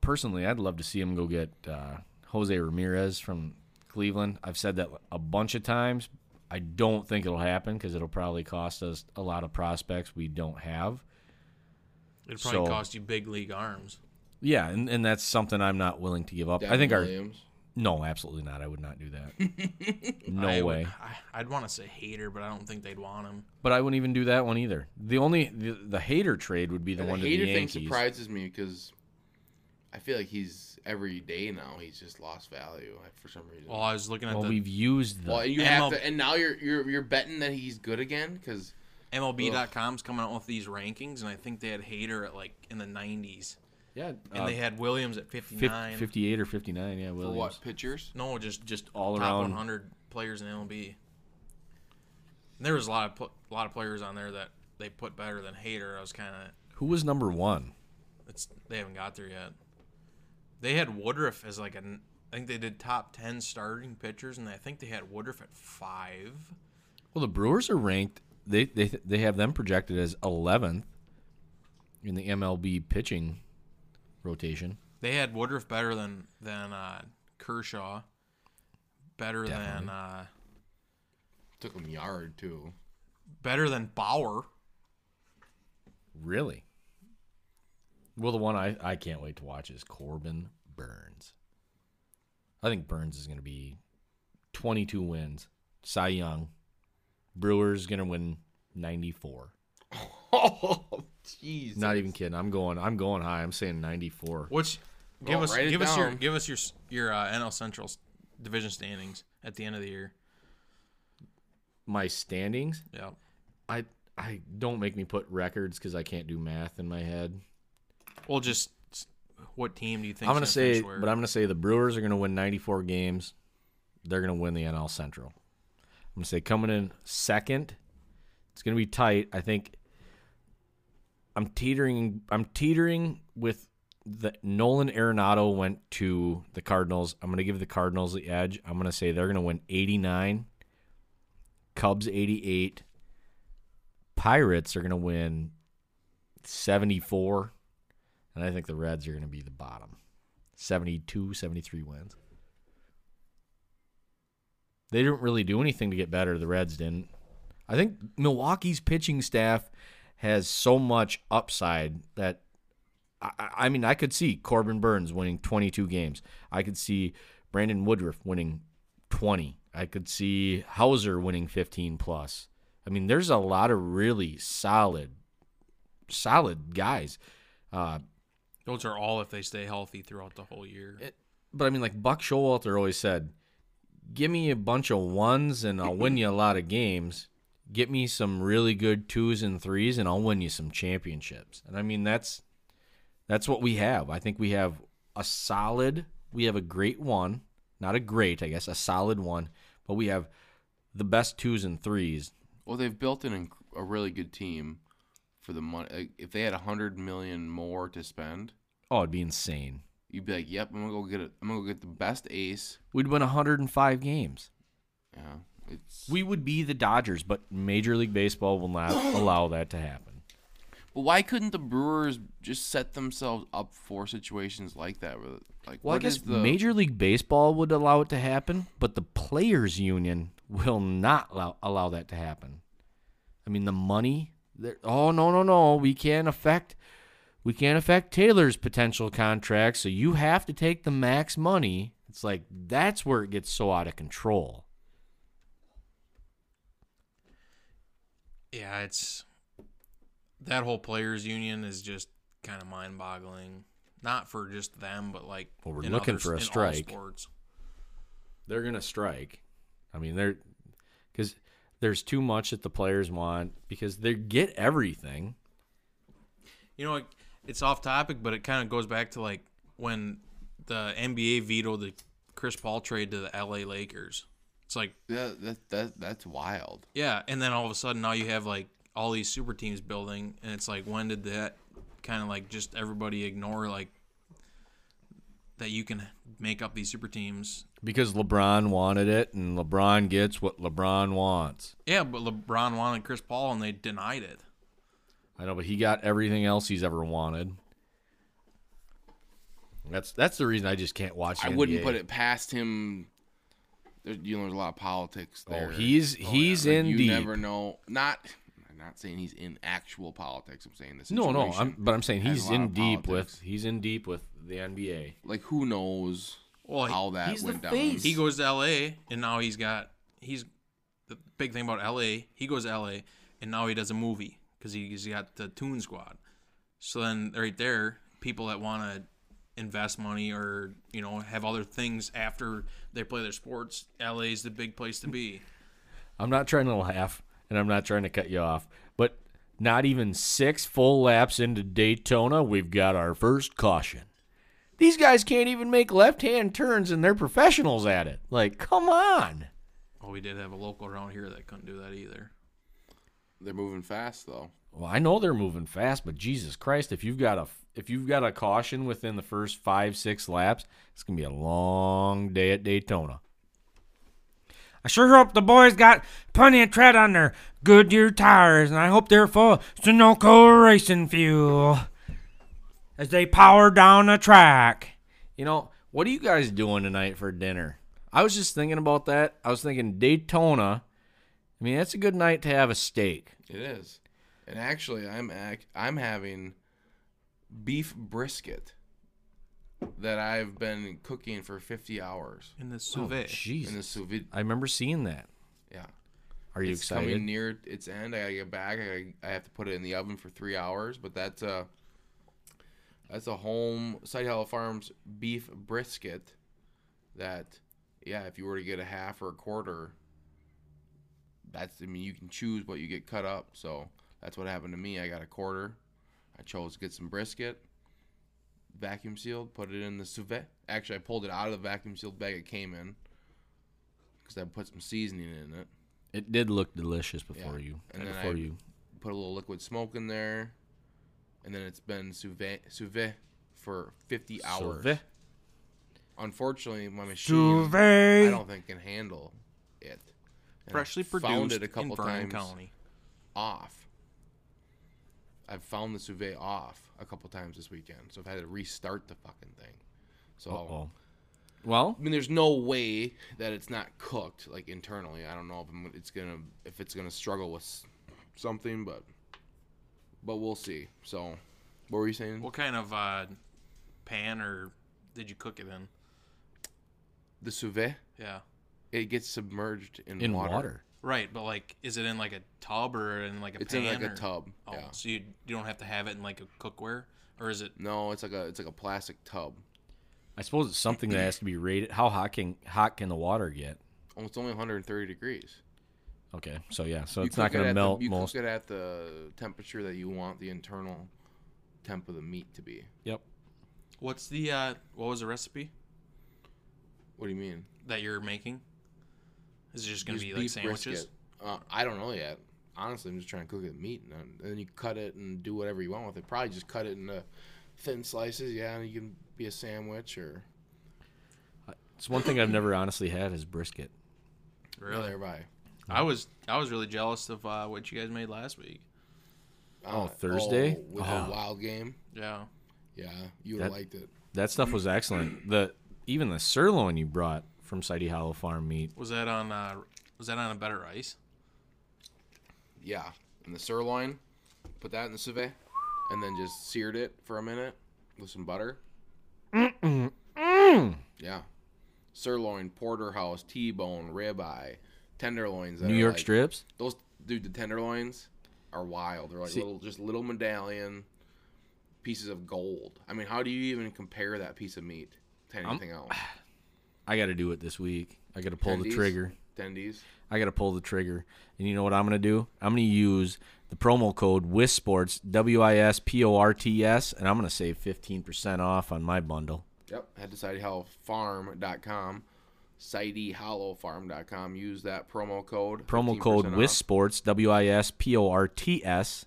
Personally, I'd love to see him go get uh, Jose Ramirez from Cleveland. I've said that a bunch of times. I don't think it'll happen because it'll probably cost us a lot of prospects we don't have.
It'd probably
So-
cost you big league arms.
Yeah, and, and that's something I'm not willing to give up.
Devin
I think our
Williams.
no, absolutely not. I would not do that. no
I
way.
Would, I, I'd want to say hater, but I don't think they'd want him.
But I wouldn't even do that one either. The only the, the hater trade would be the
And
one
the
to
hater
the
thing
Yankees.
surprises me because I feel like he's every day now he's just lost value like, for some reason.
Well,
Well,
I was looking at
well,
the
we've used the
and you have
ML
to, and now you're you're you're betting that he's good again because
MLB.com's coming out with these rankings, and I think they had hater at like in the 90s,
yeah,
and
uh,
they had Williams at 59.
fif- 58 or 59, yeah,
for
Williams.
what pitchers?
No, just just
All
top
around.
100 players in MLB. And there was a lot of pl- lot of players on there that they put better than hater. I was kind of
Who was number 1?
It's they haven't got there yet. They had Woodruff as like an. I think they did top ten starting pitchers, and I think they had Woodruff at five.
Well, the Brewers are ranked they they they have them projected as 11th in the MLB pitching rotation.
They had Woodruff better than than uh, Kershaw, better
Definitely.
than uh,
Took him yard too.
better than Bauer.
Really? Well, the one I, I can't wait to watch is Corbin Burns. I think Burns is going to be 22 wins. Cy Young. Brewers going to win 94.
Oh, jeez.
Not even kidding. I'm going I'm going high. I'm saying 94.
Which give
Oh,
us
write it
give us your
down.
give us your s- your uh, NL Central s- division standings at the end of the year.
My standings,
Yeah.
I I don't make me put records because I can't do math in my head.
Well, just s- what team do you think?
I'm gonna say, but I'm gonna say the Brewers are gonna win 94 games. They're gonna win the NL Central. I'm gonna say coming in second. It's gonna be tight. I think. I'm teetering. I'm teetering with the Nolan Arenado went to the Cardinals. I'm gonna give the Cardinals the edge. I'm gonna say they're gonna win 89. Cubs 88. Pirates are gonna win 74. And I think the Reds are going to be the bottom. 72, 73 wins. They didn't really do anything to get better. The Reds didn't. I think Milwaukee's pitching staff has so much upside that I- I, I mean, I could see Corbin Burns winning 22 games. I could see Brandon Woodruff winning 20. I could see Hauser winning 15 plus. I mean, there's a lot of really solid, solid guys. Uh,
Those are all if they stay healthy throughout the whole year.
it, but I mean, like Buck Showalter always said, give me a bunch of ones and I'll win you a lot of games. Get me some really good twos and threes and I'll win you some championships. And I mean, that's that's what we have. I think we have a solid, we have a great one, not a great, I guess, a solid one, but we have the best twos and threes.
Well, they've built an, inc- a really good team for the money. Like, if they had a hundred million more to spend,
Oh, it'd be insane.
you'd be like, "Yep, I'm gonna go get it. I'm gonna go get the best ace."
We'd win 105 games.
Yeah, it's.
We would be the Dodgers, but Major League Baseball will not allow that to happen.
But why couldn't the Brewers just set themselves up for situations like that? Where, like,
Well,
what
I guess
is the
Major League Baseball would allow it to happen, but the players' union will not allow, allow that to happen. I mean, the money. they're- Oh no, no, no! We can't affect. We can't affect Taylor's potential contract, so you have to take the max money. It's like that's where it gets so out of control.
Yeah, it's that whole players union is just kind of mind boggling. Not for just them, but like
Well, we're
in
looking
other-
for a
in all
strike.
sports.
They're gonna strike. I mean, they're because there's too much that the players want because they get everything.
You know, like, it's off topic, but it kind of goes back to like when the NBA vetoed the Chris Paul trade to the LA Lakers. It's like,
that, that, that that's wild.
yeah, and then all of a sudden now you have like all these super teams building, and it's like, when did that kind of like just everybody ignore like that you can make up these super teams?
Because LeBron wanted it, and LeBron gets what LeBron wants.
Yeah, but LeBron wanted Chris Paul, and they denied it.
I know, but he got everything else he's ever wanted. That's that's the reason I just can't watch. The
I wouldn't
NBA.
put it past him. There, you know, there's a lot of politics
Oh,
there.
he's he's
Like,
in
you
deep.
never know. Not. I'm not saying he's in actual politics. I'm saying this.
no, no, I'm, but I'm saying
has
he's
a lot
in
of
deep
politics.
with he's in deep with the NBA.
like who knows
Well, he-
how that
he's the
went down.
face.
he goes to LA and now he's got he's the big thing about LA. He goes to LA and now he does a movie because he's got the Toon Squad. So then right there, people that want to invest money or you know have other things after they play their sports, LA is the big place to be.
I'm not trying to laugh, and I'm not trying to cut you off, but not even six full laps into Daytona, we've got our first caution. These guys can't even make left-hand turns, and they're professionals at it. Like, come on.
Well, Oh, we did have a local around here that couldn't do that either.
They're moving fast though.
Well, I know they're moving fast, but Jesus Christ, if you've got a if you've got a caution within the first five six laps, it's gonna be a long day at Daytona. I sure hope the boys got plenty of tread on their Goodyear tires, and I hope they're full of Sunoco racing fuel as they power down the track. You know, what are you guys doing tonight for dinner? I was just thinking about that. I was thinking Daytona. I mean, that's a good night to have a steak.
It is. And actually, I'm ac- I'm having beef brisket that I've been cooking for 50 hours
In the sous vide.
Jeez.
in the sous vide.
I remember seeing that.
Yeah,
Are you
it's
excited?
coming near its end. I gotta get back. I, gotta- I have to put it in the oven for three hours. But that's a that's a home Side Hollow Farms beef brisket that yeah, if you were to get a half or a quarter, that's I mean you can choose what you get cut up. So that's what happened to me. I got a quarter. I chose to get some brisket, vacuum sealed, put it in the sous vide. Actually, I pulled it out of the vacuum sealed bag it came in because I put some seasoning in it.
It did look delicious before
Yeah.
you.
And then
before
I-
you.
Put a little liquid smoke in there, and then it's been sous vide, sous vide for 50 hours.
Sauvé.
Unfortunately, my machine I
Sauvé.
don't think can handle it. And I
Freshly
found
produced
it a couple
in Vernon
times.
County.
off. I've found the Suve off a couple times this weekend, so I've had to restart the fucking thing. So
Uh-oh. Well,
I mean, there's no way that it's not cooked like internally. I don't know if I'm, it's gonna if it's gonna struggle with s- something, but but we'll see. So what were you saying?
What kind of uh, pan or did you cook it in?
The Suve
Yeah.
it gets submerged in,
in
water.
water.
Right, but like, is it in like a tub or in like a
It's
pan?
in like a
or-
tub.
Oh,
Yeah.
so you, you don't have to have it in like a cookware, or is it?
No, it's like a it's like a plastic tub.
I suppose it's something that has to be rated. How hot can hot can the water get?
Oh, it's only 130 degrees.
Okay, so yeah, so
You
it's not
cook it
going
at
to
the-
melt
you
most.
cook it at the temperature that you want the internal temp of the meat to be.
Yep.
What's the uh, what was the recipe
What do you mean?
that you're making? Is it just gonna
Use
be like
beef
sandwiches?
brisket. Uh, I don't know yet. Honestly, I'm just trying to cook it meat, and then- and then you cut it and do whatever you want with it. Probably just cut it into thin slices. Yeah, and you can be a sandwich or
It's one thing I've never honestly had is brisket.
Really?
thereby.
Oh,
I was I was really jealous of uh, what you guys made last week.
Oh, Thursday?
with
Oh.
the wild game.
Yeah.
Yeah, you would have
That-
liked it.
That stuff was excellent. The even the sirloin you brought from Sidey Hollow Farm meat.
Was that on uh, was that on a better ice?
Yeah, and the sirloin, put that in the civet, and then just seared it for a minute with some butter.
Mm.
Yeah, sirloin, porterhouse, T-bone, ribeye, tenderloins. that
New
are
York
like-
strips.
Those dude, the tenderloins are wild. They're like
See-
little, just little medallion pieces of gold. I mean, how do you even compare that piece of meat to anything else?
I got to do it this week. I got to pull the
Tendies?
trigger.
Tendies.
I got to pull the trigger. And you know what I'm going to do? I'm going to use the promo code WISPORTS, W I S P O R T S, and I'm going to save 15% off on my bundle.
Yep. Head to sidehowfarm.com, sidehowfarm.com. Use that promo code.
Promo code
15% off.
WISPORTS, W I S P O R T S,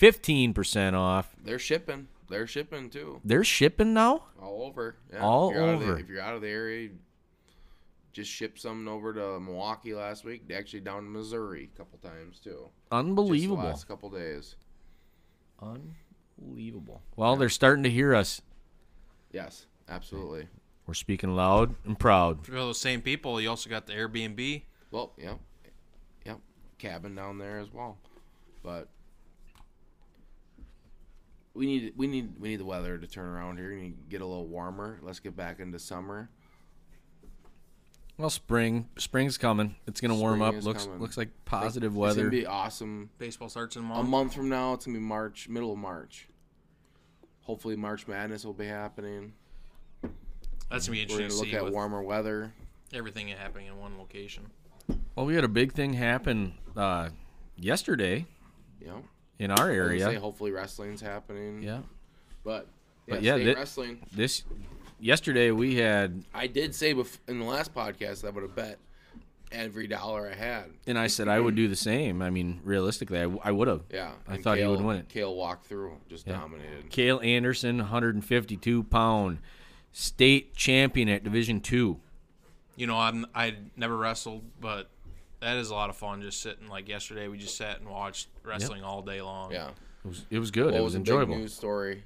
15% off.
They're shipping. They're shipping too,
They're shipping now?
all over. Yeah,
All
if you're out of the-
over.
if you're out of the area, just ship something over to Milwaukee last week. Actually, down in Missouri a couple times too. Just the
Unbelievable.
last couple days.
Unbelievable. Well, they're starting to hear us.
Yes, absolutely.
We're speaking loud and proud.
For those same people, you also got the Airbnb.
Well, yep, yep. Cabin down there as well, but we need we need we need the weather to turn around here. We need to get a little warmer. Let's get back into summer.
Well, spring, spring's coming. It's going to warm
Spring
up.
is
Looks
coming.
looks like positive
It's
weather.
gonna be awesome.
Baseball starts in
A
March.
month from now, it's gonna be March, middle of March. Hopefully, March Madness will be happening.
That's gonna be
We're
interesting
gonna
to
look
see
at
with
warmer weather.
everything happening in one location.
Well, we had a big thing happen uh, yesterday
You know,
in our
I was gonna say
area.
hopefully wrestling's happening.
Yeah.
but yeah,
But yeah,
state
thi-
wrestling.
This yesterday we had,
I did say bef- in the last podcast that I would have bet every dollar I had.
and I said I would do the same. I mean, realistically, I, would have.
Yeah,
I
and
thought he would win it.
Kale walked through, just dominated.
Cale Anderson, 152 pound state champion at Division Two.
You know, I'm I never wrestled, but that is a lot of fun. Just sitting like yesterday, we just sat and watched wrestling all day long.
Yeah,
It was it was good.
What
it was,
the
enjoyable.
Big news story.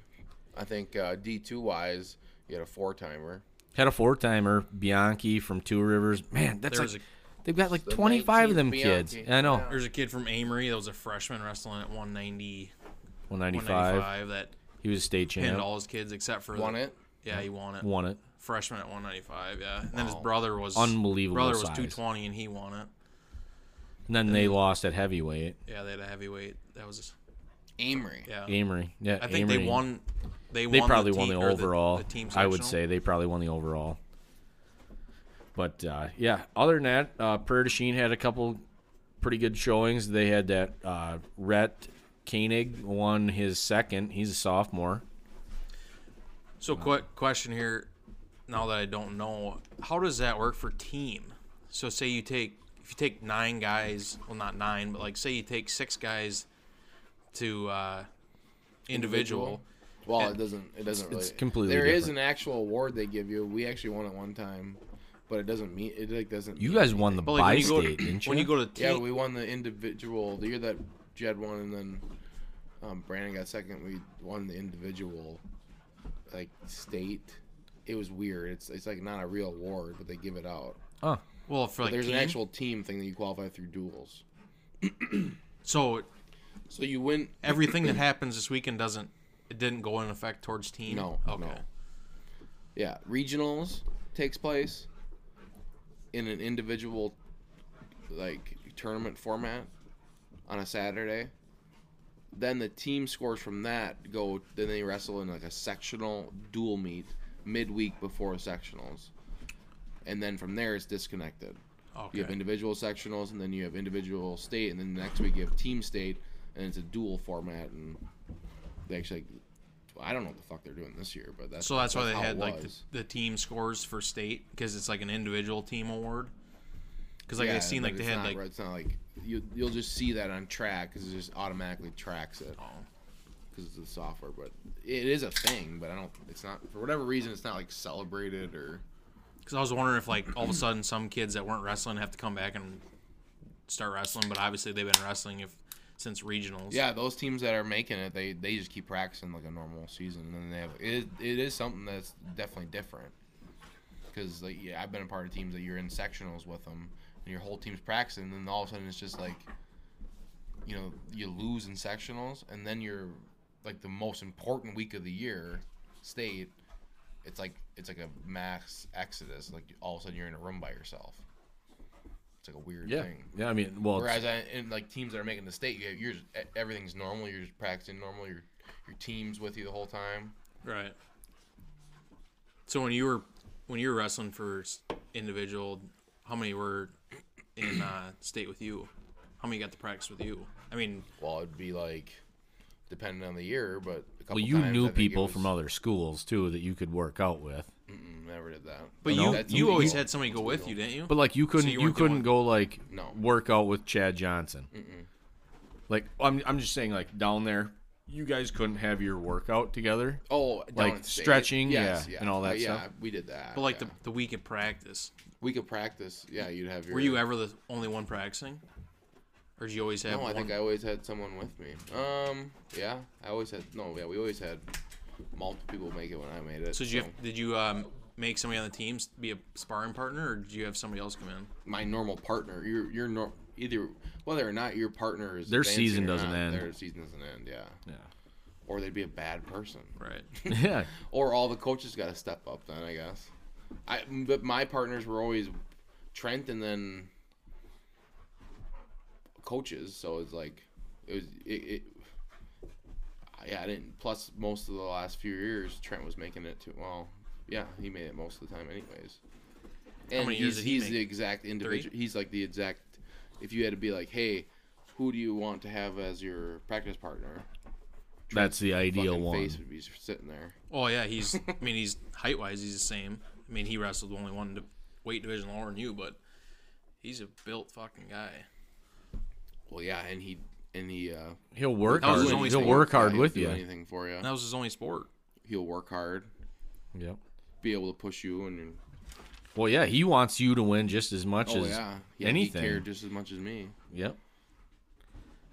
I think uh, D two wise, you had a four timer.
Had a four timer, Bianchi from Two Rivers. Man, that's
There was
like
a-
they've got like
The
25 of them
19th
kids.
Bianchi.
I know.
Yeah.
There's a kid from Amory that was a freshman wrestling at 190,
195.
195 that
He was state
pinned
champ.
all his kids except for
Won
the,
it.
Yeah, he won it.
Won it.
Freshman at 195. Yeah, and
Oh.
then his brother was
Unbelievable
Brother was
size.
220 and he won it.
And then they lost at heavyweight.
Yeah, they had a heavyweight. That was
Amory.
yeah.
Amory. Yeah.
I think they
Amory.
won. They,
They
won
probably
the
won
team,
the
or
overall.
The, team
I would
sectional.
say they probably won the overall. But uh, yeah, other than that, uh, Prairie du Chien had a couple pretty good showings. They had that uh, Rhett Koenig won his second. He's a sophomore.
So, quick question here. Now that I don't know, how does that work for team? So, say you take if you take nine guys, well, not nine, but like say you take six guys to uh, individual.
Well, it doesn't. It doesn't.
it's
really,
completely
There is
different.
an actual award they give you. We actually won it one time, but it doesn't mean it. Like doesn't.
You
mean
guys won the
But
by
like when you go
state, didn't you?
when you go to team,
Yeah, we won the individual the year that Jed won, and then um, Brandon got second. We won the individual, like state. It was weird. It's it's like not a real award, but they give it out.
oh,
well for like
There's
team.
an actual team thing that you qualify through duels.
so
So you win.
everything that happens this weekend doesn't it didn't go in effect towards team.
No,
okay.
no. Yeah, regionals takes place in an individual like tournament format on a Saturday. Then the team scores from that go then they wrestle in like a sectional dual meet midweek before sectionals. And then from there it's disconnected.
Okay.
You have individual sectionals and then you have individual state and then next week you have team state and it's a dual format and they actually I don't know what the fuck they're doing this year, but that's
so that's why they
how it
had like the,
was.
the team scores for state because it's like an individual team award. Because like I seen
but
like they
it's
had
not,
like
right- it's not like you you'll just see that on track because it just automatically tracks it
oh.
because it's the software. But it is a thing, but I don't. It's not for whatever reason. It's not like celebrated or
Because I was wondering if, like, all of a sudden, some kids that weren't wrestling have to come back and start wrestling, but obviously they've been wrestling if since regionals.
yeah. Those teams that are making it, they they just keep practicing like a normal season, and then they have it. It is something that's definitely different because like yeah, I've been a part of teams that you're in sectionals with them, and your whole team's practicing, and then all of a sudden it's just like. You know, you lose in sectionals, and then you're like the most important week of the year, state, it's like it's like a mass exodus. Like all of a sudden you're in a room by yourself. It's like a weird
yeah,
thing.
yeah. I mean, well, it's-
Whereas I, in like teams that are making the state, you have, you're just, e- everything's normal. You're just practicing normal. Your your team's with you the whole time.
Right. So when you were when you were wrestling for s- individual, how many were in uh, state with you? How many got to practice with you? I mean,
Well, it'd be like depending on the year, but a couple
well, you
times, I
knew
think it
people
was-
from other schools too that you could work out with.
Mm, never did that.
but
No,
you
that's
you always
illegal.
had somebody go with you, didn't you?
But like you couldn't
you
you,
weren't the
couldn't
one-
go like
No.
work out with Chad Johnson. Like I'm I'm just saying like down there you guys couldn't have your workout together.
Oh, down
like,
at state.
stretching,
Yes,
yeah, and all that
yeah,
stuff.
we did that.
but like
yeah.
the, the week of practice,
we could practice. Yeah, you'd have your.
were you ever the only one practicing, or did you always have?
No, I
one?
think I always had someone with me. Um, yeah, I always had. No, yeah, we always had multiple people make it when I made it.
So did you have, did you um, make somebody on the team s- be a sparring partner, or did you have somebody else come in?
my normal partner, your your nor- either whether or not your partner is
Their
advancing
season
or
doesn't
not,
end.
Their season doesn't end. Yeah,
Yeah.
or they'd be a bad person.
Right.
yeah.
Or all the coaches got to step up. Then I guess. I but my partners were always Trent and then coaches. So it's like it was it. it yeah, I didn't. Plus, most of the last few years, Trent was making it too. Well, yeah, he made it most of the time, anyways. And
many
he's,
years did he
he's
make?
the exact individual. He's like the exact. If you had to be like, hey, who do you want to have as your practice partner?
That's the ideal
Fucking
one.
Face would be sitting there.
Oh yeah, he's. I mean, he's height wise, he's the same. I mean, he wrestled only one di- weight division lower than you, but he's a built fucking guy.
Well, yeah, and he and he uh,
He'll work
That was
hard.
his only
He'll
thing.
work hard
yeah, he'll
with
do
you.
Anything for you.
And that was his only sport.
He'll work hard,
Yep.
be able to push you, and
Well, yeah, he wants you to win just as much
oh
as
yeah, yeah,
anything.
He cared just as much as me.
Yep.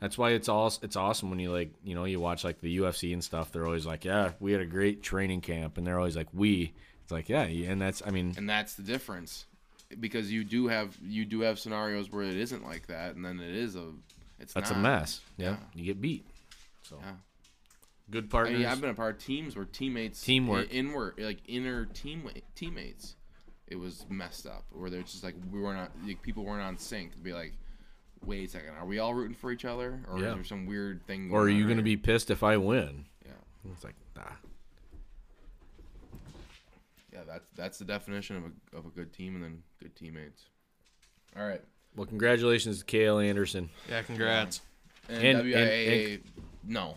That's why it's all it's awesome when you like you know you watch like the UFC and stuff. They're always like, yeah, we had a great training camp, and they're always like, we. It's like, yeah, and that's I mean,
and that's the difference because you do have you do have scenarios where it isn't like that and then it is a it's
that's a
not.
mess. Yeah,
Yeah.
you get beat. So
Yeah.
good
I
partners.
mean, I've been a part of teams where teammates
Teamwork.
in, inward like inner team teammates it was messed up where they're just like we were not like, people weren't on sync It'd be like wait a second are we all rooting for each other or
Yeah.
is there some weird thing
or are
going
you
on
gonna
here?
be pissed if I win?
yeah
It's like, nah.
Yeah, that's that's the definition of a of a good team and then good teammates. All right.
Well, congratulations to Kale Anderson.
Yeah, congrats.
And,
And- and-
WIAA, no.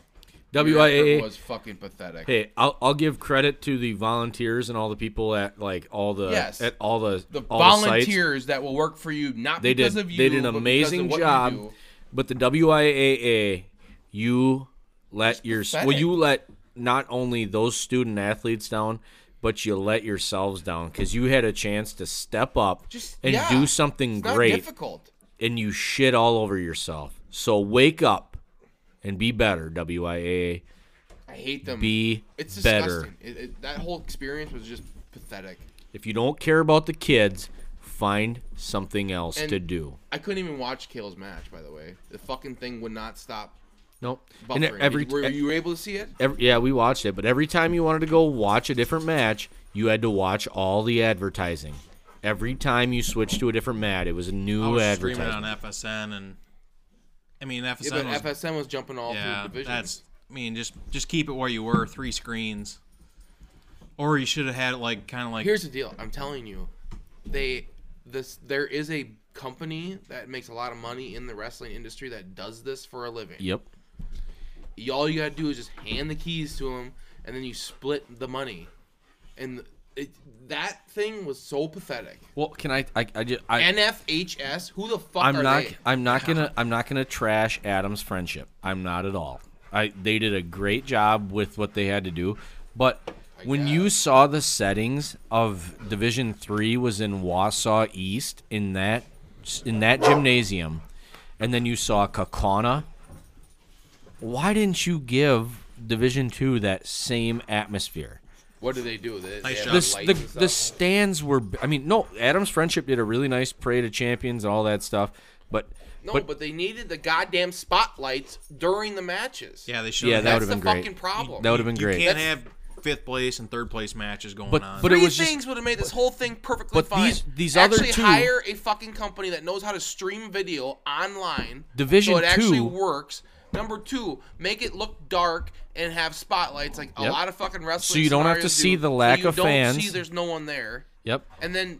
Your effort
WIAA.
was fucking pathetic.
Hey, I'll, I'll give credit to the volunteers and all the people at like all the
Yes.
at all the,
the
all the sites.
volunteers that will work for you, not
They
because
did
of you.
they did
but
an
because of
amazing
what you
job.
do.
But the WIAA, you let your well
pathetic.
you let not only those student athletes down, but you let yourselves down because you had a chance to step up
Just-
and
yeah.
do something
It's not
great.
difficult.
and you shit all over yourself. So wake up and be better, WIAA.
I hate them.
Be
it's
better.
disgusting. It, it, that whole experience was just pathetic.
If you don't care about the kids, find something else
And-
to do.
I couldn't even watch Kale's match, by the way. The fucking thing would not stop
Nope. And
buffering.
every,
were you able to see it?
every yeah, we watched it, but every time you wanted to go watch a different match, you had to watch all the advertising. Every time you switched to a different mat, it was a
I
new
was streaming on
advertisement.
FSN, and I mean FSN
Yeah, but
was
FSN was jumping all
yeah.
through divisions.
That's I mean just just keep it where you were, three screens, or you should have had it like kind of like
Here's the deal. I'm telling you, they this there is a company that makes a lot of money in the wrestling industry that does this for a living.
Yep.
Y- all you gotta do is just hand the keys to him, and then you split the money. And it, that thing was so pathetic.
Well, can I? I, I just I,
NFHS, who the fuck
I'm
are
not.
they?
I'm not gonna. I'm not gonna trash Adam's friendship. I'm not at all. I. They did a great job with what they had to do, but when you saw the settings of Division Three was in Wausau East in that in that gymnasium, and then you saw Kakana. Why didn't you give Division Two that same atmosphere?
What do they do? They, they
Nice
have
job.
the,
lights
s-
and
the,
stuff?
the stands were i mean no adam's friendship did a really nice parade of champions and all that stuff but
no,
but,
but, they needed the goddamn spotlights during the matches.
yeah they should
yeah that
that's
would have
the
been great
fucking problem.
that would have been
you
great
can't
That's-
have fifth place and third place matches going
But-
on.
but it
Three
was just-
things would have made this whole thing perfectly
But
fine.
these- these other
actually
two-
hire a fucking company that knows how to stream video online.
Division
so it actually
two-
works. Number two, make it look dark and have spotlights like a
Yep.
lot of fucking wrestling.
So you don't have to
scenarios
see
do,
the lack
so you
of
don't See
fans.
there's no one there,
yep
and then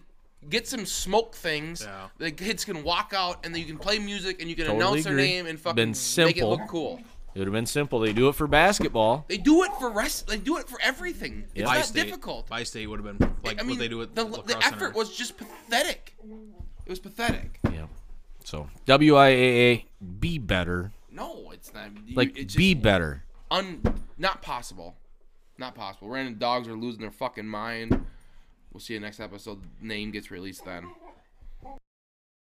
get some smoke things.
Yeah.
The kids can walk out and then you can play music and you can
Totally
announce their
agree.
name and fucking
Been
make it
simple.
look cool.
it would have been simple they do it for basketball
They do it for rest. They do it for everything. It's not
Bi-State-
difficult.
Bi-State would have been like
I mean,
what they do with
the,
the,
the effort was just pathetic. It was pathetic.
yeah so wiaa be better
No, it's not. you-
like
it's
be
just
better
un, not possible, not possible. Random dogs are losing their fucking mind. We'll see you next episode. Name gets released then.